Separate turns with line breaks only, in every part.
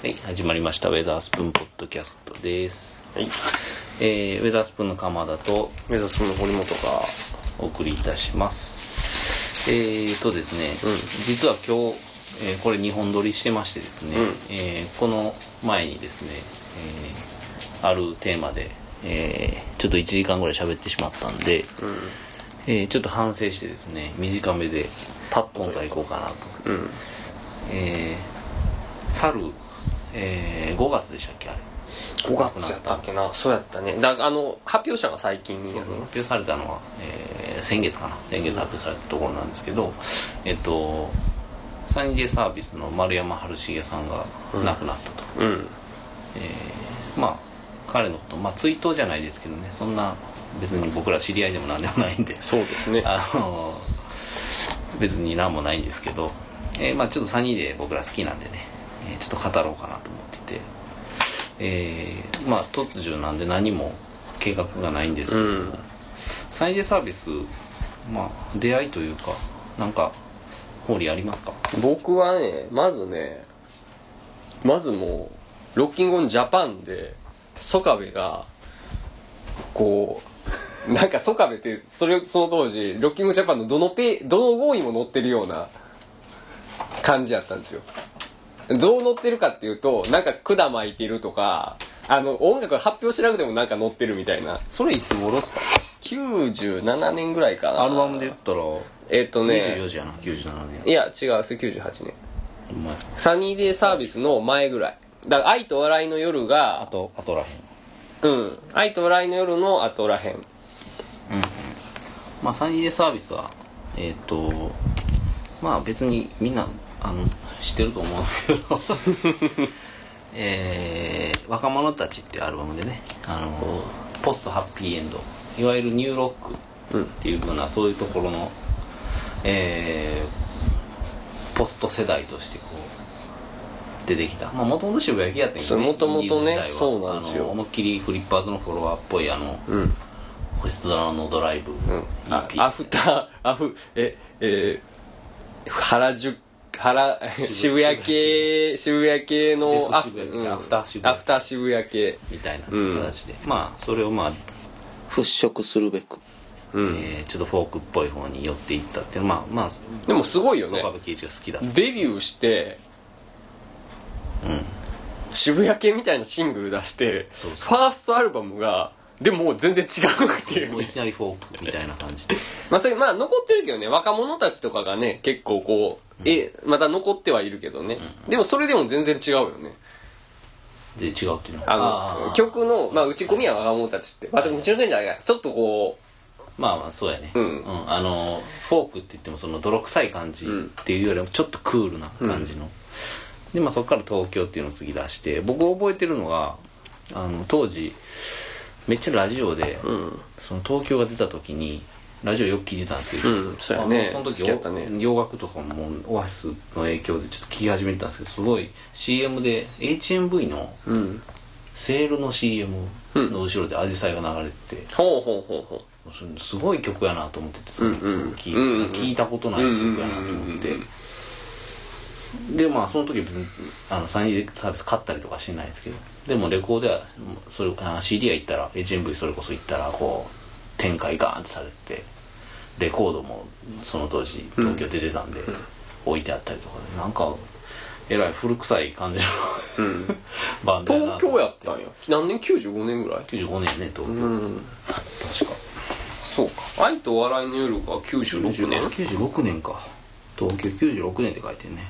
はい、始まりました。ウェザースプーンポッドキャストです。
はい。
えー、ウェザースプーンの鎌田と
目指すの堀本が、
お送りいたします。えーとですね、
うん
実は今日、えーこれ2本撮りしてましてですね、
うん
えーこの前にですね、えーあるテーマで、えーちょっと1時間ぐらい喋ってしまったんで、えーちょっと反省してですね、短めで、パッと今回行こうかなと。
うん。うん。
えー、去る、えー、5月でしたっけあれ
5月やったっけな。そうやったね。だあの、発表したのが最近や
発
の。
表されたのは、えー先月かな先月発表されたところなんですけどえっとサンゲサービスの丸山春重さんが亡くなったと、
うん。
えーまあ彼のこと、まあ、追悼じゃないですけどねそんな別に僕ら知り合いでも何でもないんで
そうですね。
あの別に何もないんですけど、えーまあちょっと3人で僕ら好きなんでね、えーちょっと語ろうかなと思ってて、えーまあ突如なんで何も計画がないんですけど、
うん
サイデサービスまあ出会いというかなんか法理ありますか
僕はね、まずね、まずもう、ロッキングオンジャパンで、ソカベが、こう、 なんかソカベって、それ、その当時、ロッキングオンジャパンのどのペーどの号にも載ってるような感じやったんですよ。どう載ってるかっていうと、なんか管巻いてるとか、あの、音楽発表しなくてもなんか載ってるみたいな。
それいつ頃ですか
97年ぐらいかな。
アルバムで言ったら
えっとね
24、時やな97
い
年
や、違う、それ98年。
お前
サニーデイサービスの前ぐらい。だから、愛と笑いの夜
あ
が、
とあとらへん
うん。愛と笑いの夜の後らへん。
うんうんまあ、サニーデイサービスは、えっ、と、まあ別にみんな、あの、知ってると思うんですけど、 えー若者たちっていうアルバムでね、あの、ポストハッピーエンド、いわゆるニューロックっていうふうな、そういうところの、えーポスト世代としてこう、出てきた。まあもともと渋谷駅やってん
そう元々ね
インディーズ時代は
そうなんですよ
あの思いっきりフリッパーズのフォロワーっぽいあの、
うん。
星空のドライブ、
うん。あ
EP
アフター、アフ、え、えー原宿、原、渋谷系、渋谷系
デ
の
ス、
あ
渋谷
うん
アフター渋谷
アフター渋谷系。
みたいな
うん
形で、まあそれをまあ払拭するべく、
うん
えーちょっとフォークっぽい方に寄っていったっていうまあまあ
でもすごいよね
曽我部圭一が好きだった
デビューして、
うん
渋谷系みたいなシングル出して、
そう
ファーストアルバムが、でももう全然違うっていう
もういきなりフォークみたいな感じで
まあ、それ、まあ、残ってるけどね、若者たちとかがね、結構こう、え、また残ってはいるけどね。でも、それでも全然違うよね。
で違うっていうのは
あの、
ー
曲の、まあ、打ち込みは若者たちって。まあ、でもうちの時じゃないか。ちょっとこ
まあまあそうやね
うん
あのフォークって言ってもその泥臭い感じっていうよりもちょっとクールな感じの、でまあそこから東京っていうのを次出して僕覚えてるのがあの当時めっちゃラジオで、
う、うん。
その東京が出た時にラジオよく聞いてたんですけど、
うんそうやね
あのその時
好きやったね
洋楽とかもオアシスの影響でちょっと聞き始めてたんですけどすごい CM で HMV の
うん。
セールの CM の後ろでアジサイが流れてて、
ほうほうほうほ
それすごい曲やなと思っててすごい
うんうん
すごい聞い
うんうん
聞いたことない曲やなと思ってでまあその時別にあのサニーレサービス買ったりとかしてないですけどでもレコードやそれあ CD が行ったら HMV それこそ行ったらこう展開ガーンってされててレコードもその当時東京で出てたんで置いてあったりとかでなんかえらい古臭い感じの
う。うん。
バンドやな
東
と
京やったんや。何年 ?95 年ぐらい
95年ね東京、
うん。
確か
そうか。愛と笑いの夜が96年。
96年か東京96年って書いてるね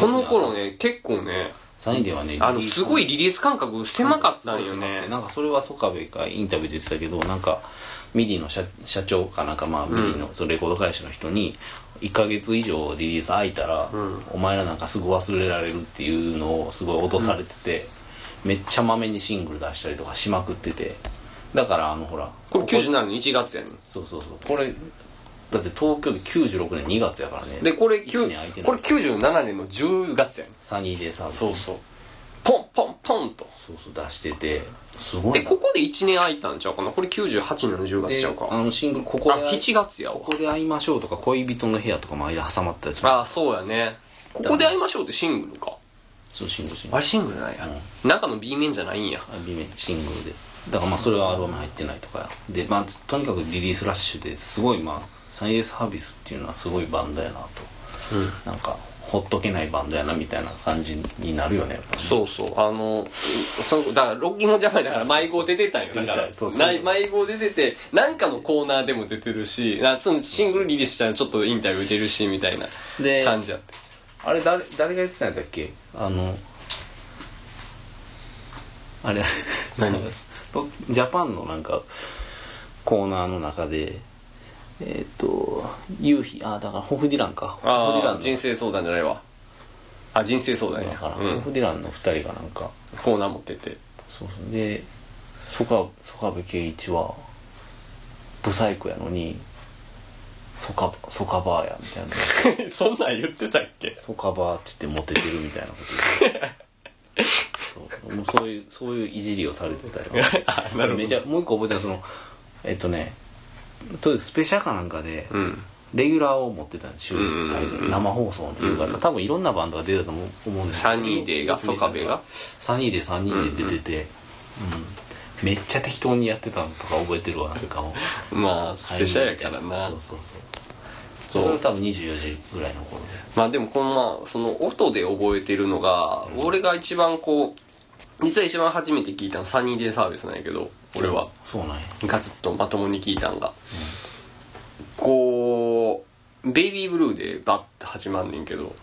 この頃ね、結構ね、
サインではね
あの、すごいリリース感覚狭かったんよね。
なんかそれはソカベがインタビューで言ってたけどなんかミディの社社長かなんかまあミディのそのレコード会社の人に1ヶ月以上リリース空いたら、お前らなんかすぐ忘れられるっていうのをすごい脅されてて、めっちゃまめにシングル出したりとかしまくっててだからあのほら
これ97年1月やねん。
そうそうそうこれだって東京で96年2月やからね
で、これ、
一
きゅう
年空いてない
これ97年の10月やねん。
サニーデイサービス
そう。ポンポンポンと。
そうそう出しててすごい
で、
な
ここで1年空いたんちゃうかな。これ98年の10月ちゃう
であ
か。
のシングルここ
あ、
で
7月やわ
こ。こで会いましょうとか恋人の部屋とかも間挟まったりする
あ、そうやね。ここで会いましょうってシングルか。
普通シングルシング
あ
ル
れシングルなんや、中の B 面じゃないんや
あ B 面シングルでだからまあそれはアルバム入ってないとかやでまあとにかくリリースラッシュですごいまあサイエンスハービスっていうのはすごいバンドやなと、なんかほっとけないバンドやなみたいな感じになるよねやっぱね
そうそうあのそうだからロッキンもジャパンだから迷子出てたんよだから
出てたそうそう
ない迷子出ててなんかのコーナーでも出てるしなそのシングルリリースしたらちょっとインタビュー出るしみたいな
で
感じやって
あれ誰誰が言ってたんだっけあのあれ
何
ロジャパンのなんかコーナーの中でえっ、と夕日あだからホフディランかホフディラ
あ
ン
あ
の
人生相談じゃないわあ人生相談
だ
や
から、
う
ホ
ん
フディランの2人がなんか
コーナー持ってて
そうそうで曽我曽我部圭一はブサイクやのにソカソカバーやみたいな
そんなん言ってたっけ
ソカバーって言ってモテてるみたいなこと言うそうもうそういうそういういじりをされてたよ
あなるほど
めちゃもう一個覚えたのはそのえっとねとりあえずスペシャかなんかで、
うん
レギュラーを持ってたんです週1回
うんうんうんう
で
ん
生放送の夕方、多分いろんなバンドが出たと思う思うんですけど
サニーデーがソカベが
サニーデー3人で出てて、うんめっちゃ適当にやってたのとか覚えてるわなんかもう
まあ スペシャルやからな
そうそうそ
そうう
それは多分24時ぐらいの頃で
まあでもこのまあその音で覚えてるのが俺が一番こう実は一番初めて聞いたのサニーデーサービスなんやけど俺は
そうなんや
ガツッとまともに聞いたんがこう「ベイビーブルー」でバッて始まんねんけど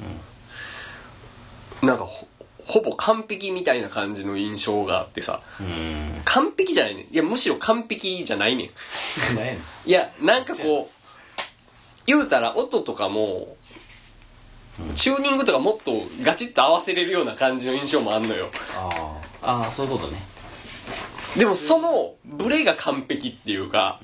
なんかほほぼ完璧みたいな感じの印象があってさ
うんうん
完璧じゃないねんいやむしろ完璧じゃないねん
何やねん
いやなんかこう言うたら音とかも
うん
チューニングとかもっとガチッと合わせれるような感じの印象もあんのよ
あーあーそういうことね
でもそのブレが完璧っていうか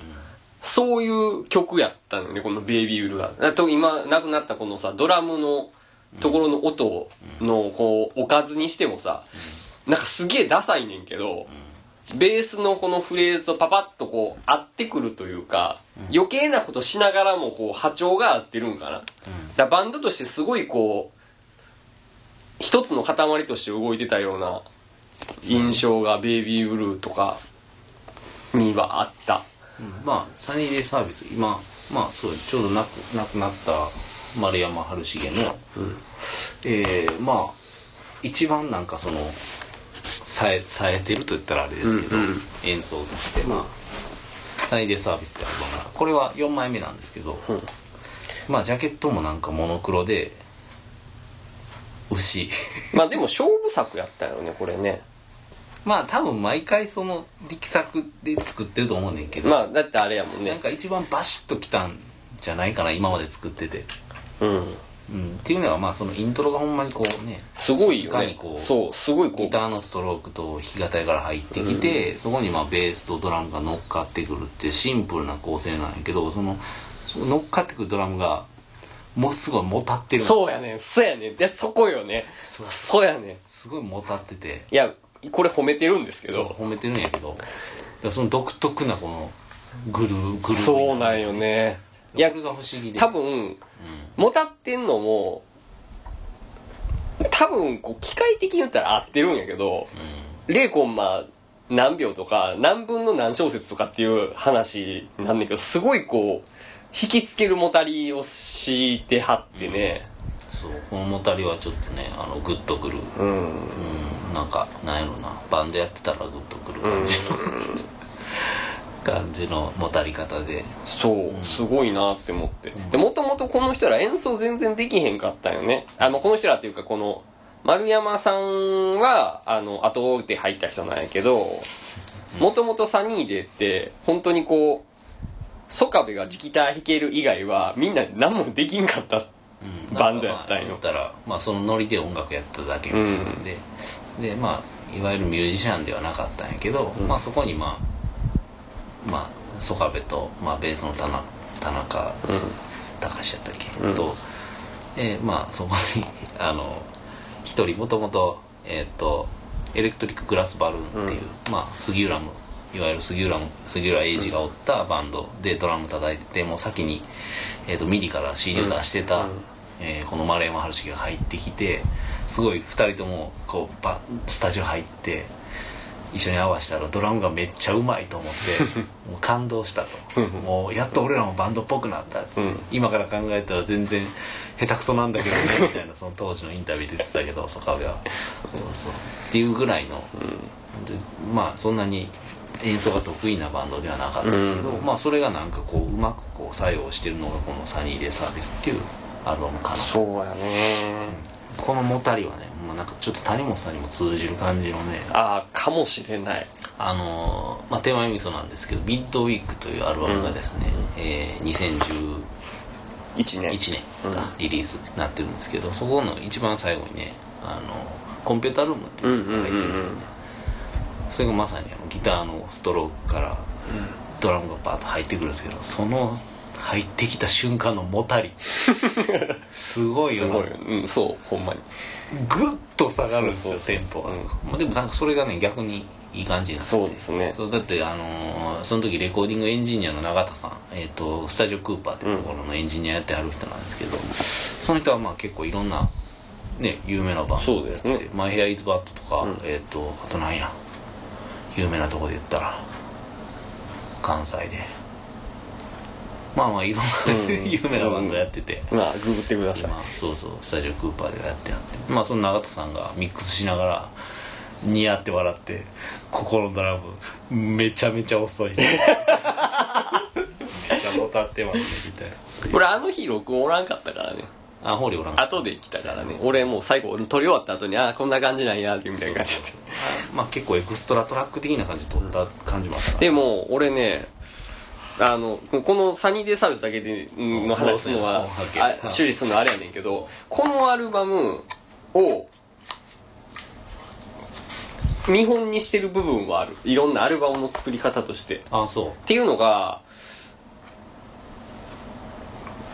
そういう曲やったのよねこの「ベイビー・ウルが」だと今亡くなったこのさドラムのところの音のこうおかずにしてもさなんかすげえダサいねんけどベースのこのフレーズとパパッとこう合ってくるというか余計なことしながらもこう波長が合ってるんかなだからバンドとしてすごいこう一つの塊として動いてたような印象が「ベイビー・ブルー」とかにはあった
うん、うん、まあサニーデーサービス今まあそうちょうど亡く亡くなった丸山春重の
うん
えー、まあ一番なんかその冴え冴えてると言ったらあれですけど、
うんうん
演奏としてまあ「サイデーサービス」ってアルバムがこれは4枚目なんですけど、
うん
まあジャケットもなんかモノクロで牛
まあでも勝負作やったよねこれね
まあ多分毎回その力作で作ってると思うねんけど、
まあだってあれやもん
なん
ね
か一番バシッときたんじゃないかな今まで作ってて、
うん
うん、っていうのはまあそのイントロがほんまにこうね
すごい
静
よ
かに
ね
こう
そうすごいこ
ギ
う
ターのストロークと弾き語りから入ってきて、そこにまあベースとドラムが乗っかってくるっていうシンプルな構成なんやけどそのその乗っかってくるドラムがもうすごいもたってる
そうやねんそうやねんでそこよね
そう
そうやねん
すごいもたってて
いやこれ褒めてるんですけ
そう
ど
そう褒めてるんやけどだからその独特なこのグルーグルーヴ
そうなんよねい
いや
や
これが不思議で
多分もたってんのも多分こう機械的に言ったら合ってるんやけど
うん、うん
0コンマ何秒とか何分の何小節とかっていう話なんだけどすごいこう引きつけるもたりをしてはってね
そうこのもたりはちょっとねあのグッとくる
うん、
うんなんかなんやろなバンドやってたらグッとくる感じの、感じのもたり方で
そうすごいなって思ってでもともとこの人ら演奏全然できへんかったよねあのこの人らっていうかこの丸山さんはあの後で入った人なんやけどもともとサニーデーって本当にこうソカベがギター弾ける以外はみんな何もできんかった
うん
バンドやったん
だからまあ
よ
言ったら、まあ、そのノリで音楽やっただけみたいなんで、でまあいわゆるミュージシャンではなかったんやけど、
うん
まあそこにまあまあ曽我部と、まあ、ベースの田中田中隆やったっけ、
うん
と、えーまあそこに あの一人もともとえーっ、とエレクトリック・グラス・バルーンっていう、まあ杉浦もいわゆる杉浦も杉浦英二がおったバンドでドラム叩いててもう先に、えー、とミディから CD を出してた、
うん
えーこの丸山春樹が入ってきてすごい2人ともこうバスタジオ入って一緒に合わせたらドラムがめっちゃうまいと思って もう感動したともうやっと俺らもバンドっぽくなった、
うん
今から考えたら全然下手くそなんだけどねみたいなその当時のインタビューで言ってたけど曽我部はそうそうっていうぐらいの、でまあそんなに演奏が得意なバンドではなかったけど、
うん
まあそれがなんかこううまくこう作用してるのがこの「サニーレサービス」っていうアルバムかな
そうやね
このもたりはね、まあ、なんかちょっと谷本さんにも通じる感じのね
ああかもしれない
あのーまあ、手前味噌なんですけど「ビッドウィーク」というアルバムがですね、えー2011
1年
年がリリースになってるんですけど、そこの一番最後にねあのコンピュータルームっていうのが入ってるんですけどね、
うんうんうんうん
それがまさにあのギターのストロークからドラムがバーッと入ってくるんですけどその入ってきた瞬間のも たりすごい
す
よな
ごいうんそうほんまに
グッと下がるんですよ
そ
テ
うそう
ン
そ
ポ
う
が、
うん
まあ、でもなんかそれがね逆にいい感じになって
そうですね
そうだってあのーその時レコーディングエンジニアの永田さん、えー、とスタジオクーパーってところのエンジニアやってはる人なんですけど、その人はまあ結構いろんなね有名なバンド
そうですね
マイヘアイズバッドとか、
ん
えっ、とあとなんや有名なとこで言ったら関西でまあまあいろんな、
う ん
有名なバンドやってて、
まあググってください
今そうそうスタジオクーパーでやってはってまあその永田さんがミックスしながらニヤって笑ってここのドラムめちゃめちゃ遅いめちゃもたってますねみたい
俺あの日録音おらんかったからね
なあホーリーおらんかった
後で来たからね俺もう最後撮り終わった後にああこんな感じなんやってみたいな感じで
あまあ結構エクストラトラック的な感じで撮った感じもあったから
でも俺ねあのこのサニーデイサービスだけでんの話すのは
そうですね
あ修理するのはあれやねんけどこのアルバムを見本にしてる部分はあるいろんなアルバムの作り方としてっ
あそ
ていうのが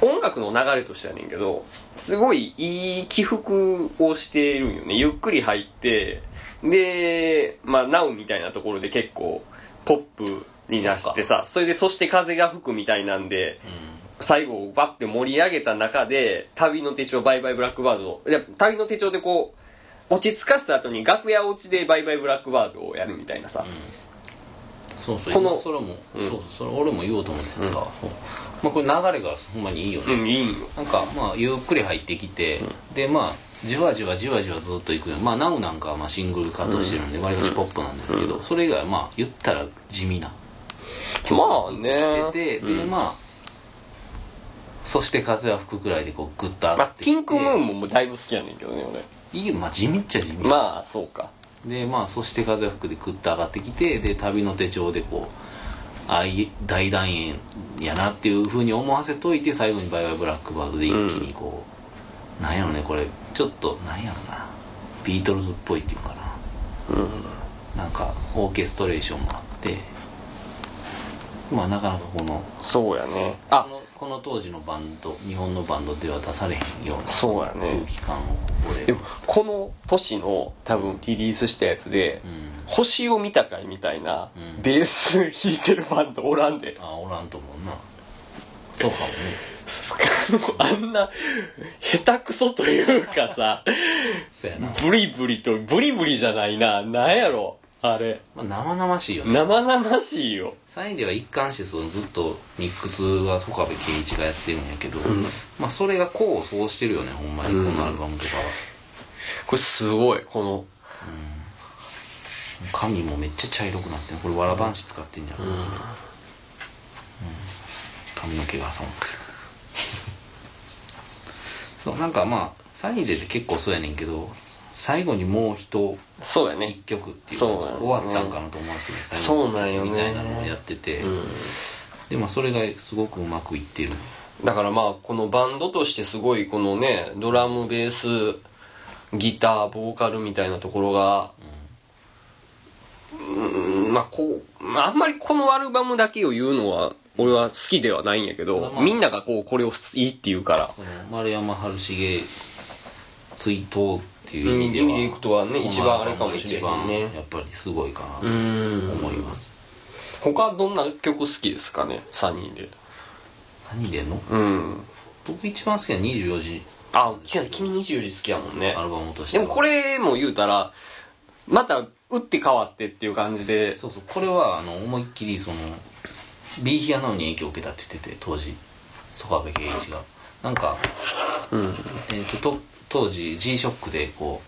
音楽の流れとしてやねんけどすごいいい起伏をしてるんよねゆっくり入ってでまあ NOW みたいなところで結構ポップになしてさそれでそして風が吹くみたいなんで
う、うん
最後バッて盛り上げた中で旅の手帳バイバイブラックバードいや旅の手帳でこう落ち着かせた後に楽屋落ちでバイバイブラックバードをやるみたいなさ、
そうそう
この
今それも、
うん
そうそうそれ俺も言おうと思ってさ、そうまあ、これ流れがほんまにいいよね、
うん、いいんよ
なんかまあゆっくり入ってきて、でまあじわじわじわじわずっといくよまあ NOW なんかはまあシングル化としてるんで割り箸ポップなんですけど、それ以外はまあ言ったら地味な
まあ
出
ね
て、
う
で
ん
まあそして風は吹くくらいでこうグッと上
ま
が
あ
ってき
ピ
て、
ンクムーンももうだいぶ好きやねんけどね
いいよまあ地味っちゃ地味、
俺まあそうか
でまあそして風は吹くでグッと上がってきてで旅の手帳でこうああい大団円やなっていうふうに思わせといて最後に「バイバイブラックバード」で一気にこう、なんやろねこれちょっとなんやろなビートルズっぽいっていうかななんかオーケストレーションもあってまあなかなかこの
そうやね
こ
あ
のこの当時のバンド日本のバンドでは出されへんような
そうやね
空気感をここで
でもこの年の多分リリースしたやつで、
うん
星を見たかいみたいな、
うん
ベース弾いてるバンドおらんで
あおらんと思うなそうかもね
あのあんな下手くそというか さ
そうやな、
ブリブリとブリブリじゃないななんやろあれ
まあ、生々しいよね
生々しいよ
サインでは一貫してそのずっとミックスは曽我部圭一がやってるんやけど、まあそれが功を奏してるよねほんまにこ
うん
のアルバムとかは、
これすごいこの
髪もめっちゃ茶色くなってるこれわらばんし使ってんじゃん、うん髪の毛が挟まってる そうなんかまあサインでって結構そうやねんけど最後にもう人
そうや
一
ね
曲っていうか
そうだよね
終わったんかなと思わせる最
そ
後
うなんよね
みたいなのをやってて、
うん
でまあそれがすごくうまくいってる
だからまあこのバンドとしてすごいこのねドラムベースギターボーカルみたいなところがうんまあこう、まあ、あんまりこのアルバムだけを言うのは俺は好きではないんやけど、
まあ
みんながこうこれをいいって言うから
この丸山春重追悼っていう意味で
う
は
ん意味でいくとはね
この
一番あれかもしれへんね
アルバムが一番やっぱりすごいか
う
なと
ん
思います
他どんな曲好きですかね3人で
何でんの
うん
僕一番好きな24時
あ大きな君24時好きだもんね
アルバムとして
で
は
もこれも言うたらまた打って変わってっていう感じで
そうそうこれはあの思いっきりそのビーヒアなのに影響を受けたって言ってて当時曽我部圭一がなんか、えっ、とと当時 G ショックでこ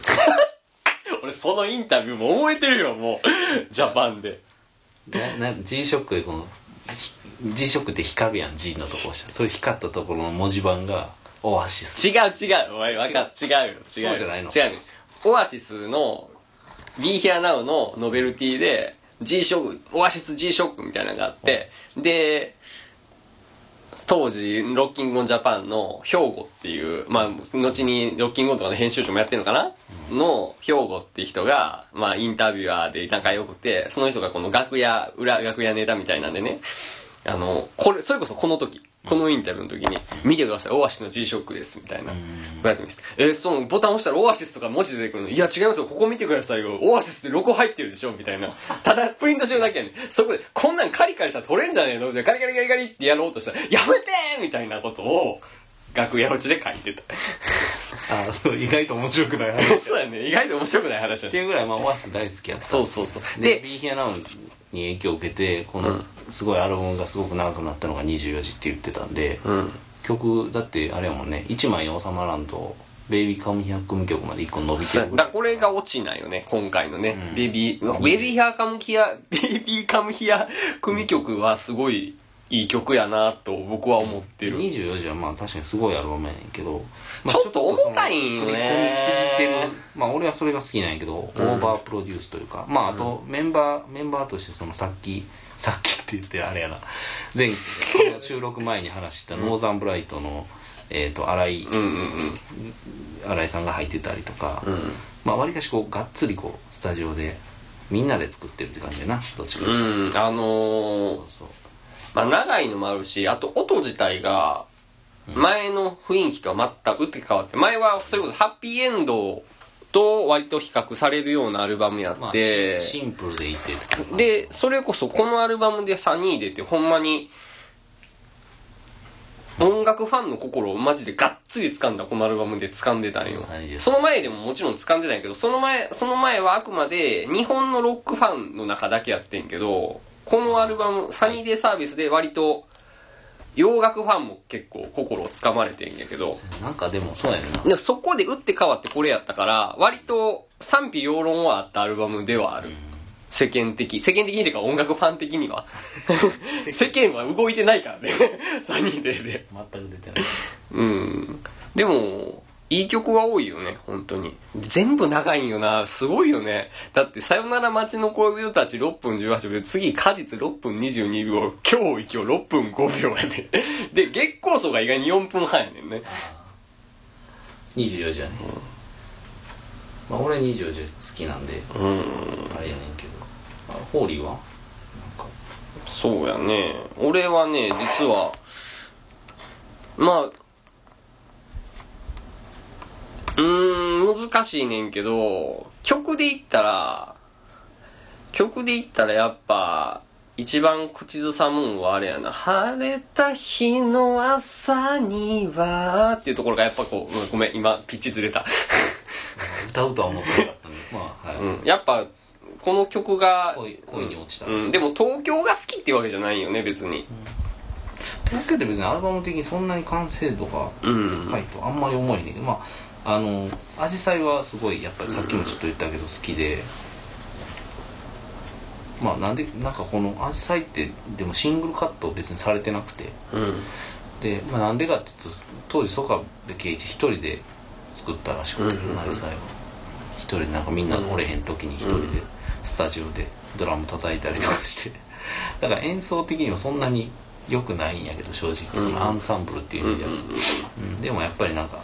俺そのインタビューも覚えてるよもうジャパンで
うなな G ショックでこのひ G ショックって光るやん G のとこ押したらそれ光ったところの文字盤がオアシス
違う違うお前分かっ違うよ違う
そうじゃないの
違うよオアシスの「Be Here Now」のノベルティで G ショックオアシス G ショックみたいなのがあってで当時ロッキングオンジャパンの兵庫っていうまあ後にロッキングオンとかの編集長もやってるのかなの兵庫っていう人がまあインタビュアーで仲良くてその人がこの楽屋裏楽屋ネタみたいなんでねあのこれそれこそこの時このインタビューの時に「見てくださいオアシスの G ショックです」みたいなこうやって見せて「えーそのボタン押したらオアシスとか文字出てくるのいや違いますよここ見てくださいよオアシスってロゴ入ってるでしょ」みたいなただプリントしてるだけやねんそこで「こんなんカリカリしたら取れんじゃねえの?」でカリカリカリカリってやろうとしたら「やめて!」みたいなことを楽屋落ちで書いてた
あそう意外と面白くない話っ
そうやね意外と面白くない話だ
て
ね
いうぐらい、まあ、オアシス大好きやった
そうそうそう
で
で
b ヒアナウンに影響を受けてこ
う
の
ん
すごいアルバムがすごく長くなったのが24時って言ってたんで、
うん
曲だってあれやもんね1枚に収まらんと「ベイビーカムヒア組曲」まで1個伸びて
そう
る
やだからこれが落ちないよね今回のね、
うん
ベビーベビーヒャーカムヒア ベビーカムヒア組曲はすごいいい曲やなと僕は思ってる
24時はまあ確かにすごいアルバムやねんけど、まあ、
ちょっと重たいんよ
ちょっ
ね
とその作り込みすぎてるまあ俺はそれが好きなんやけど、オーバープロデュースというかまああとメンバー、メンバーとしてそのさっきさっきって言ってあれやな前この収録前に話したノーザンブライトの、えっ、と新井、
うんうんうん
新井さんが入ってたりとか、
ん
まあわりかしこうがっつりこうスタジオでみんなで作ってるって感じやなどっちかというと
うんあの
そ
ー
うそう
まあ、長いのもあるしあと音自体が前の雰囲気とは全く打って変わって前はそれこそハッピーエンドと割と比較されるようなアルバムやって、
まあシンシンプルでいてってことか
でそれこそこのアルバムで3人出てほんまに音楽ファンの心をマジでがっつり掴んだこのアルバムで掴んでたんよ
はいです
その前でももちろん掴んでたんやけどその前その前はあくまで日本のロックファンの中だけやってんけどこのアルバム「サニーデイサービス」で割と洋楽ファンも結構心を掴まれてんやけど
なんかでもそうやねんな
でそこで打って変わってこれやったから割と賛否両論はあったアルバムではある、世間的世間的にてか音楽ファン的には 世間は動いてない からねサニーデーで
全く出てない
うんでもいい曲は多いよね本当に全部長いんよなすごいよねだって「さよなら街の恋人たち」6分18秒で次果実6分22秒今日今日6分5秒やでで月光層が意外に4分半やねんね
24時やね、まあ俺24時好きなんで
うん
あれやねんけどあホーリーはなんか
そうやね俺はね実はまあうーん難しいねんけど曲で言ったら曲で言ったらやっぱ一番口ずさむんはあれやな「晴れた日の朝には」っていうところがやっぱこううんごめん今ピッチず れた
歌うとは思ってなかったね まあはい、
うん、やっぱこの曲が
恋恋に落ちた
うんうんでも東京が好きっていうわけじゃないよね別に
東京って別にアルバム的にそんなに完成度が
うん
高いとあんまり思えへんけど、まああのアジサイはすごいやっぱりさっきもちょっと言ったけど好きで、まあなんでなんかこのアジサイってでもシングルカット別にされてなくて
うん
で、まあ、なんでかっていうと当時曽我部圭一一人で作ったらしくて
うんうんうん
アジサイは一人でなんかみんな折れへん時に一人で
うん
スタジオでドラム叩いたりとかして だから演奏的にはそんなに良くないんやけど正直
うん
そのアンサンブルっていう意味では、うんでもやっぱりなんか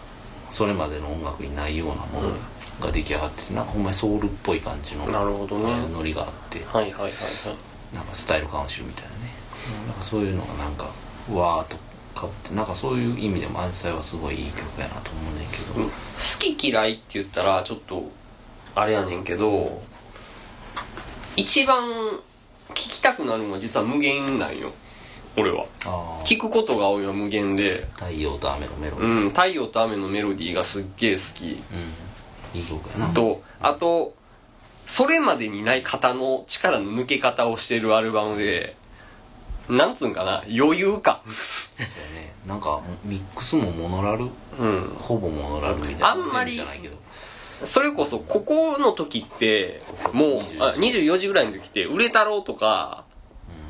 それまでの音楽にないようなものが出来上がっててなんかほんまにソウルっぽい感じの
なるほどね
ノリがあって
はいはいはいはい
なんかスタイル感を知るみたいなね、なんかそういうのがなんかわーっとかぶってなんかそういう意味でも「アジサイ」はすごいいい曲やなと思うねんけど、
うん好き嫌いって言ったらちょっとあれやねんけど一番聴きたくなるのは実は無限なんよ俺は
あ
聞くことが多いは無限で
太陽と雨のメロン
う
うん
ん「太陽と雨のメロディー」がすっげえ好き
いい曲やな
とあとそれまでにない型の力の抜け方をしてるアルバムでなんつうんかな余裕感
そうやねなんかミックスもモノラル
うん
ほぼモノラルみたいな
あんまり
全部じゃないけど
それこそここの時ってもうあ24時ぐらいの時って「売れ太郎」とか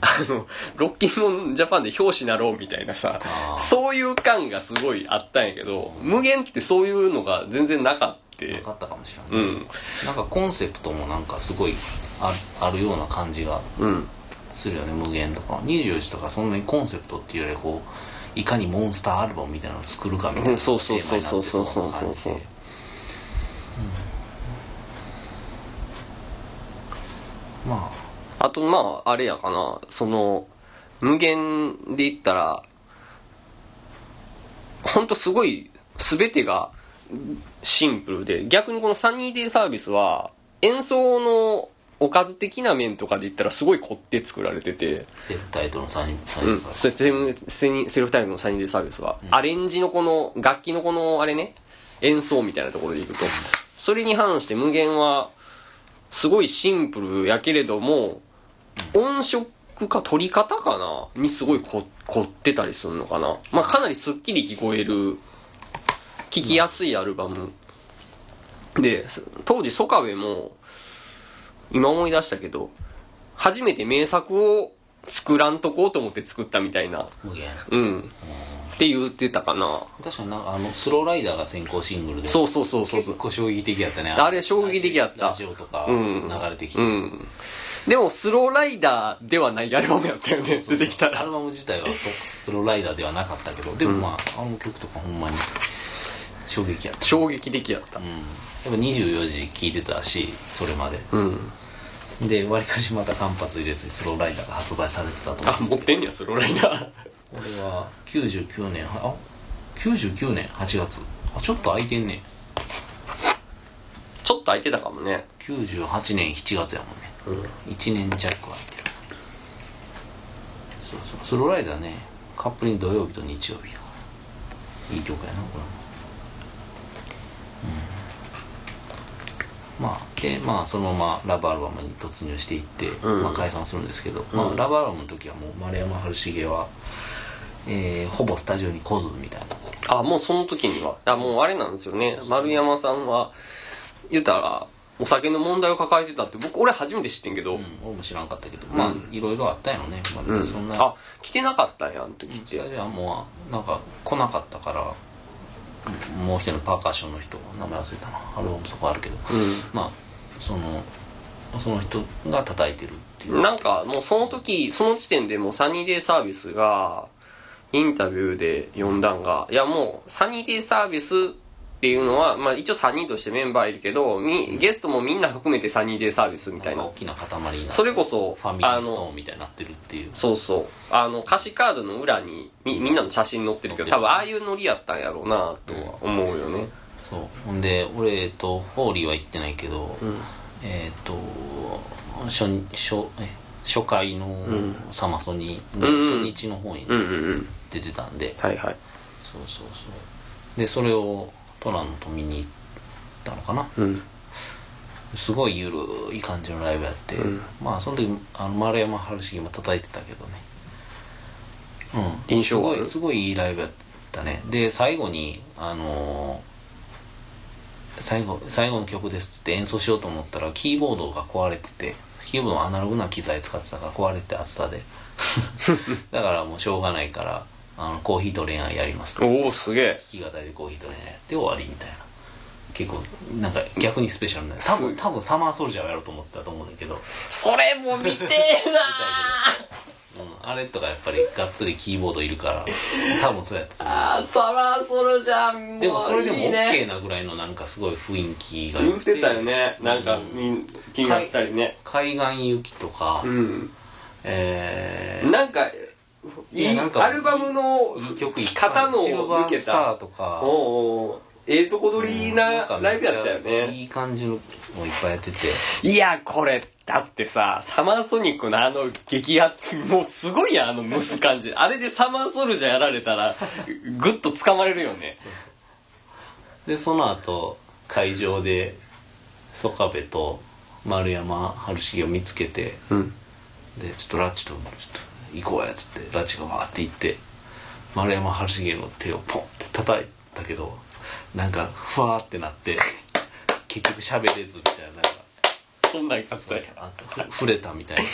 あの「ロッキンモンジャパン」で表紙なろうみたいなさ
あー
そういう感がすごいあったんやけど無限ってそういうのが全然なかっ
な
て
かったかもしれ
う
ない、
ん
なんかコンセプトもなんかすごいああるような感じが
うん
するよね無限とか24時とかそんなにコンセプトっていうよりこういかにモンスターアルバムみたいなのを作るかみたいな
うんそうそうそうそうそうそうそう
テーマになってな感じでうんま
あとまああれやかなその無限で言ったらほんとすごい全てがシンプルで逆にこのサニーデイサービスは演奏のおかず的な面とかで言ったらすごい凝って作られてて、
あセルフタイトルの3人3
うん
人、
それ全セニセルフタイムのサニーデイサービスは、アレンジのこの楽器のこのあれね演奏みたいなところでいくとそれに反して無限はすごいシンプルやけれども音色か取り方かなにすごいこ凝ってたりするのかな、まあ、かなりすっきり聞こえる聴きやすいアルバムで当時ソカベも今思い出したけど初めて名作を作らんとこうと思って作ったみたいな
無限
うんって言ってたかな
確かになんかあのスローライダーが先行シングルで
そうそうそうそう
結
そう
構衝撃的やったね
あれ衝撃的やった
ラジオとか
うん
流れてきて、
うんでもスローライダーではないアルバムやったよ
そ
ね
うそう
出てきたら
アルバム自体はそスローライダーではなかったけどでもまあ、あの曲とかほんまに衝撃やった
衝撃的やった
うんやっぱ24時聴いてたしそれまで
うん
でわりかしまた間髪入れずにスローライダーが発売されてたと
あ
思う
持ってんねやスローラ イダ
これは99年あ99年8月あちょっと空いてんね
ーちょっと空いてたかもね
98年7月やもんね
うん
1年弱空いてるそうそうスローライダーねカップリング土曜日と日曜日やからいい曲やなこれもうんまあでまあそのままラブアルバムに突入していって、
ん
まあ、解散するんですけど、まあ、ラブアルバムの時はもう丸山春重は、えーほぼスタジオに来ずみたいな
あもうその時にはあもうあれなんですよね丸山さんは言ったらお酒の問題を抱えてたって僕俺初めて知ってんけど、
うん俺も知らんかったけど、まあいろいろあったんやろね、まあ、別にそんな、
あ来てなかったんやあの時っ
ス
て、
タジアムはなんか来なかったからもう一人のパーカッションの人名前忘れたなアルバムそこあるけど、まあそのその人が叩いてるっていう
なんかもうその時その時点でもうサニーデイサービスがインタビューで呼んだんがいやもうサニーデイサービスっていうのは、まあ、一応3人としてメンバーいるけどみゲストもみんな含めてサニーデイサービスみたい
なん
な
か大きな塊になって
それこそ
ファミリース
あの
トーンみたいになってるっていう
そうそうあの歌詞カードの裏にみみんなの写真載ってるけど多分ああいうノリやったんやろうなとは思うよね
そうほんで俺、えっと、ホーリーは行ってないけど、えっと初初え初回のサマソニの
うん
初日の方に
うんうんうん
出てたんで、
はいはい
そうそうそうでそれをトランと見に行ったのかな
うん
すごいゆるい感じのライブやって、
うん
まあその時あの丸山春重も叩いてたけどねうん
印象
すご
はある
いすごいいいライブやったねで最後にあのー最後最後の曲ですって演奏しようと思ったらキーボードが壊れててキーボードのアナログな機材使ってたから壊れてて暑 さでだからもうしょうがないからあのコーヒーと恋愛やりますと
おおすげえ
弾き語りでコーヒーとねやって終わりみたいな結構なんか逆にスペシャルな多分
す
多分サマーソルジャーをやろうと思ってたと思うんだけど、
それも見てえな
うん、あれとかやっぱりがっつりキーボードいる から多分そうやったと思う
あーサマーソルジャーも
でもそれでも
いいね
OK なぐらいのなんかすごい雰囲気が良
言っ
くて
てたよねなんかみん気になったりね
海岸行きとか、
うん
えー
なんかい
いや
い
なんか
アルバムの
いい曲いっぱい
型の
シルバ
抜
ー
け
スタ
た
ーとか
おうおうええとこ取りな
うん
ライブやったよね
いい感じのもいっぱいやってて
いやこれだってさサマーソニックのあの激アツもうすごいやんあの蒸す感 じあれでサマーソルジャーやられたらグッと掴まれるよね
でその後会場でソカベと丸山春重を見つけて
うん
でちょっとラッチとちょっと行こうやっつってラッチがわーって行って丸山春重の手をポンって叩いたけどなんかふわーってなって結局喋れずみたいななんか
そんなんかったよ
あふ触れたみたい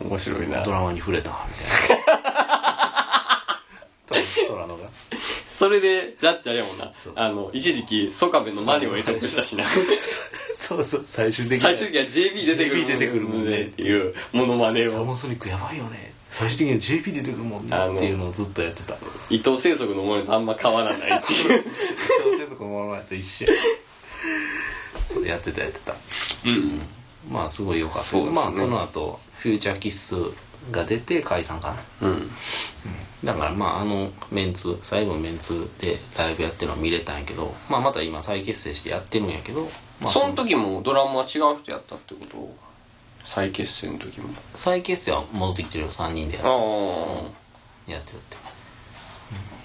面白い
な
な
ドラマに触れたみ たいなドラのが
それでラッチあれやもんな
そう
あの一時期ソカベのマネを得得したしな
そうそう最終的に
最終的には JB 出てくる
JB 出てくるもんね
っていうモノマネ
サ
を
マーソニックやばいよね最終的には JP 出てくるもんね
あの
っていうのをずっとやってた
伊藤清則のものとあんま変わらないって いう
小説のままと一緒そうやってたやってた
うん
まあすごい良かった
そうですね
まあその後フューチャーキッスが出て解散かな
うん
だからまああのメンツ最後のメンツでライブやってるのは見れたんやけど、まあ、また今再結成してやってるんやけど、まあ、
その時もドラムは違う人やったってこと再結成の時も
再結成は戻ってきてるよ3人でやって
あ
やってるっ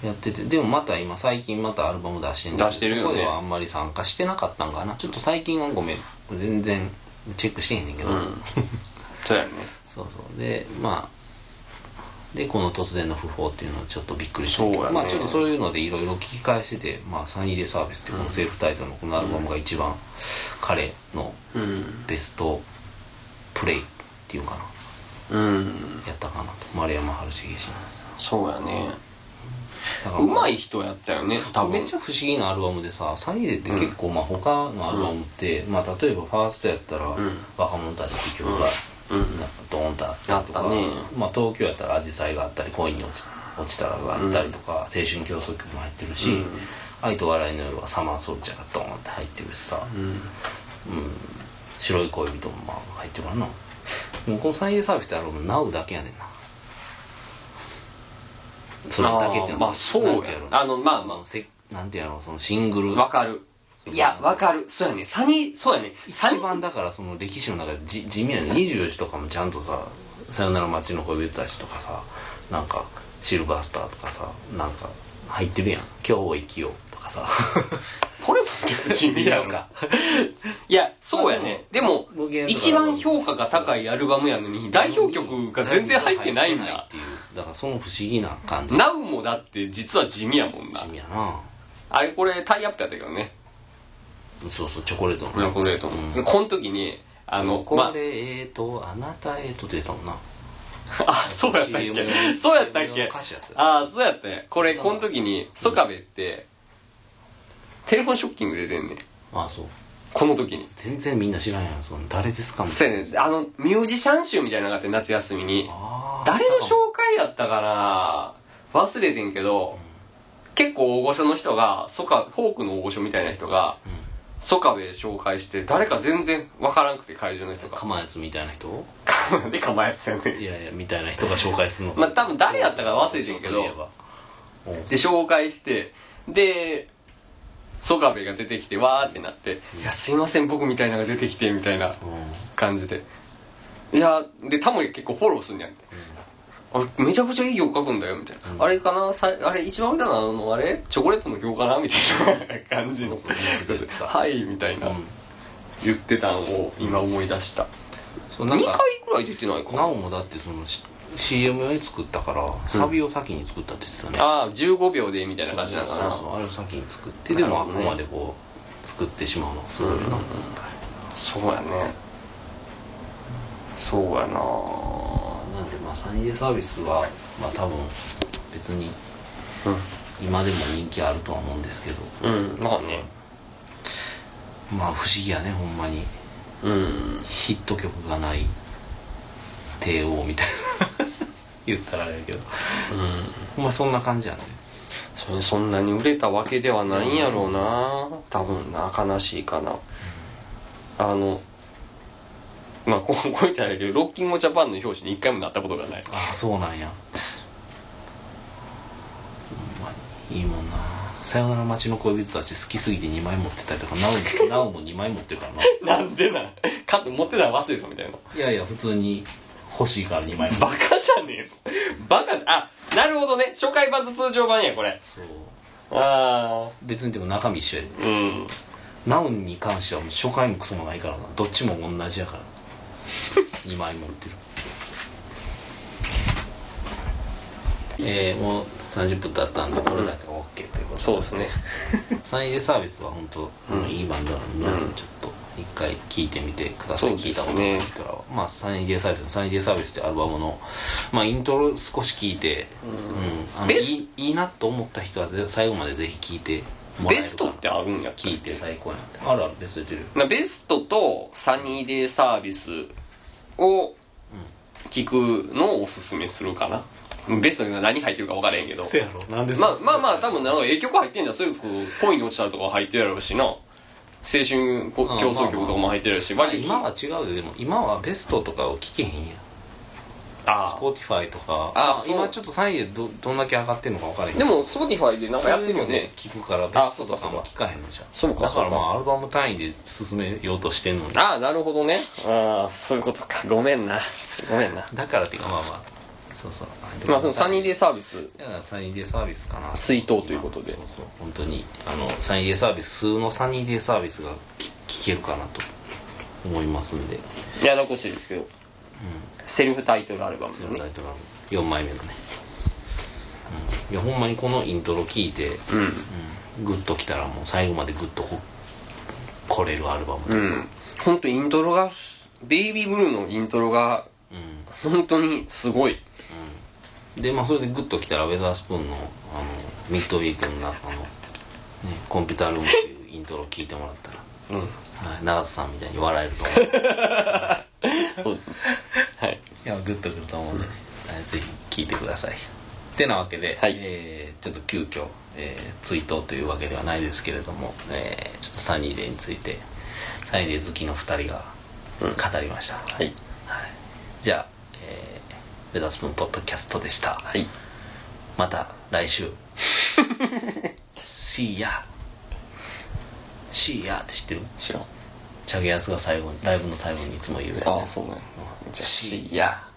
て、やっててでもまた今最近またアルバム出してんだけど
出してるよね
そこではあんまり参加してなかったんかなちょっと最近はごめん全然チェックしてへんねんけど、
あうんそうやね
そうそうでまあでこの突然の訃報っていうのはちょっとびっくりしたけど
そうやね
まあちょっとそういうのでいろいろ聞き返してて、まあ、サニーレサービスってこのセルフタイトルのこのアルバムが一番彼の
うん
ベストプレイっていうかな
うん
やったかなと丸山春重氏の
そうやね
だから
うまい人やったよね多分
めっちゃ不思議なアルバムでさサニーレって結構、まあ他のアルバムって、まあ、例えばファーストやったら、
ん
若者たちって曲が、
うんうん
なんかドーンとあったりと
あ
か、
ったね
まあ、東京やったら「アジサイがあったり「恋に落ち落ちたら」があったりとか、青春競争曲も入ってるし「
うん
愛と笑いの夜」は「サマーソルジャー」がドーンって入ってるしさ「
うん
うん白い恋人」もまあ入ってるかなもうこのサニーレサービスってアルバム「NOW」だけやねんなそれだけっての
あーまあ
は
そう
なんて
や
ろ
あのまあまあ
せなんていうのそのシングル
わかるいやわかるそうやねサニーそうやねサニ
一番だからその歴史の中でじ地味なの24時とかもちゃんとさ「さよなら街の恋人たち」とかさなんか「シルバースター」とかさなんか入ってるやん「今日を生きよう」とかさ
これも地味やろいやそうやねでも
無限とか
一番評価が高いアルバムやのに 代表曲が全然入ってないん
入っ
だ
ていうだからその不思議な感じ
ナウもだって実は地味やもんな
地味やな
あれこれタイアップやったけどね
そうそうチョコレート
チョコレート
うん
も、この時にあの
チョコ
ま
レート、あなたへと出てたもんな
あそうやったっ
CM 用
けそうやったっ
CM 用
け
の歌詞やったよ
ああそうやったねこれこの時にソカベってテレフォンショッキング出てんねん
ああそう
この時に
全然みんな知らんやんその誰ですかみ
そ
たい
う
な
やねんあのミュージシャン集みたいなのがあって夏休みに
あー
誰の紹介やったかな忘れてんけど、結構大御所の人がソカフォークの大御所みたいな人が、
ん
ソカベ紹介して誰か全然わからんくて会場の人が
かまやつみたいな人
なんで構えてたん
い
ね
やいやみたいな人が紹介するの
まあ多分誰やったか忘れてんけど
そういえばおう
で紹介してでソカベが出てきてわーってなって「いやすいません僕みたいなのが出てきて」みたいな感じでいやでタモリ結構フォローすんねやんって、あれめちゃくちゃいい曲書くんだよみたいな、
うん
あれかなさあれ一番上だなあのあれチョコレートの曲かなみたいな感じの
そうそうそう
はいみたいな、
うん
言ってたんを今思い出した
そうな
2
ん
回
か
くらい出てないか
なおもだってその C- CM 用に作ったからサビを先に作ったって言ってたね、
ああ15秒でみたいな
そう
感じなのかな
そうそうあれを先に作ってでも
な
あ
る
く
ほどね
までこう作ってしまうのがすごいな、
うんうんうんそうやねそうやな
なんでまあサニーデーサービスはまあ多分別に今でも人気あるとは思うんですけど
うんうんまあね
まあ不思議やねほんまに
うん
ヒット曲がない帝王みたいな 言ったらあれやけど
うん
ほんまそんな感じやね
それそんなに売れたわけではないんやろうな多分な悲しいかなあのまあこ うこう言ったらあれやけどロッキングジャパンの表紙に一回もなったことがない
ああそうなんやほんまにいいもんなさよなら街の恋人たち好きすぎて2枚持ってたりとかなおなおも2枚持 ってるからな
なんでなん買って持ってたら忘れたみたいない
やいや普通に欲しいから2枚持って
バカじゃねえのバカじゃあなるほどね初回版と通常版やこれ
そう
ああ
別にでも中身一緒やで
うん
ナウンに関してはもう初回もクソもないからなどっちも同じや から2枚持ってるえー、もう30分経ったんでこれだけ OK ということ
そうですね
サイン入れサービスは本当、あ
う
の
ん
いいバンドなので、
うん
ちょっと一回聞いてみてください、
そう
聞
で
いた
す
こ
ね
とない人らはまあサイン入れサービスサイン入れサービスってアルバムのまあイントロ少し聞いて、うんあのい
ベス
いいいなと思った人はぜ最後までぜひ聞いてもらえるかな
ベストってあるんやっけ
聞いて最高なんであるあるベスト出てる
まあベストとサニーデイサービスを聞くのをおすすめするかなベストには何入ってるか分からへんけど
やろなんで
まあまあまあ多分なんかええ曲入ってんじゃんそれこそ恋に落ちたとか入ってるやろうしな青春こ
ああ
競争曲とかも入ってるやろうし割
今は違うよでも今はベストとかを聞けへんやん
あ
Spotify とか
あ
ま
そう
今ちょっと3位でどどんだけ上がってんのか分からへん
あでも Spotify でなんかやってる
そ
よ
ういうので
ね
聞くからベストとかも聞かへんのじゃん
そうか
だ
そ
か
う
らま
か
あアルバム単位で進めようとしてんのに
ああなるほどねああそういうことかごめんなごめんな
だからっていうかまあまあそうそう
まあそのサニーデイ
で
サービス
サニーデーサービスかな
追悼ということで
そうそう本当にあのサニーデーサービス数のサニーデーサービスが聞聞けるかなと思いますんで
ややこしいですけどセルフタイトルアルバム
そ
だ
の
ね
タイトルの4枚目のね、うん、いやほんまにこのイントロ聞いて、
うん
うん、グッときたらもう最後までグッとこ来れるアルバム
う
で、
ん本当イントロがベイビーブルーのイントロが
うん
本当にすごい
でまあそれでグッときたらウェザースプーンのあのミッドウィークの中の、ね、コンピュータールームっていうイントロを聞いてもらったら、
うん
はい、永田さんみたいに笑えると思う
そうですねはい
いやグッとくると思うんで、はいぜひ聞いてくださいてなわけで、
はい
えーちょっと急遽、えー追悼というわけではないですけれども、えーちょっとサニーデーについてサニーデー好きの2人が語りました、
はい
じゃあ、えーウェザースプーンポッドキャストでした、
はい
また来週 See ya See ya って知ってる
知らん
チャゲアスが最後にライブの最後にいつも言うやつ
ああそうねじゃあ See ya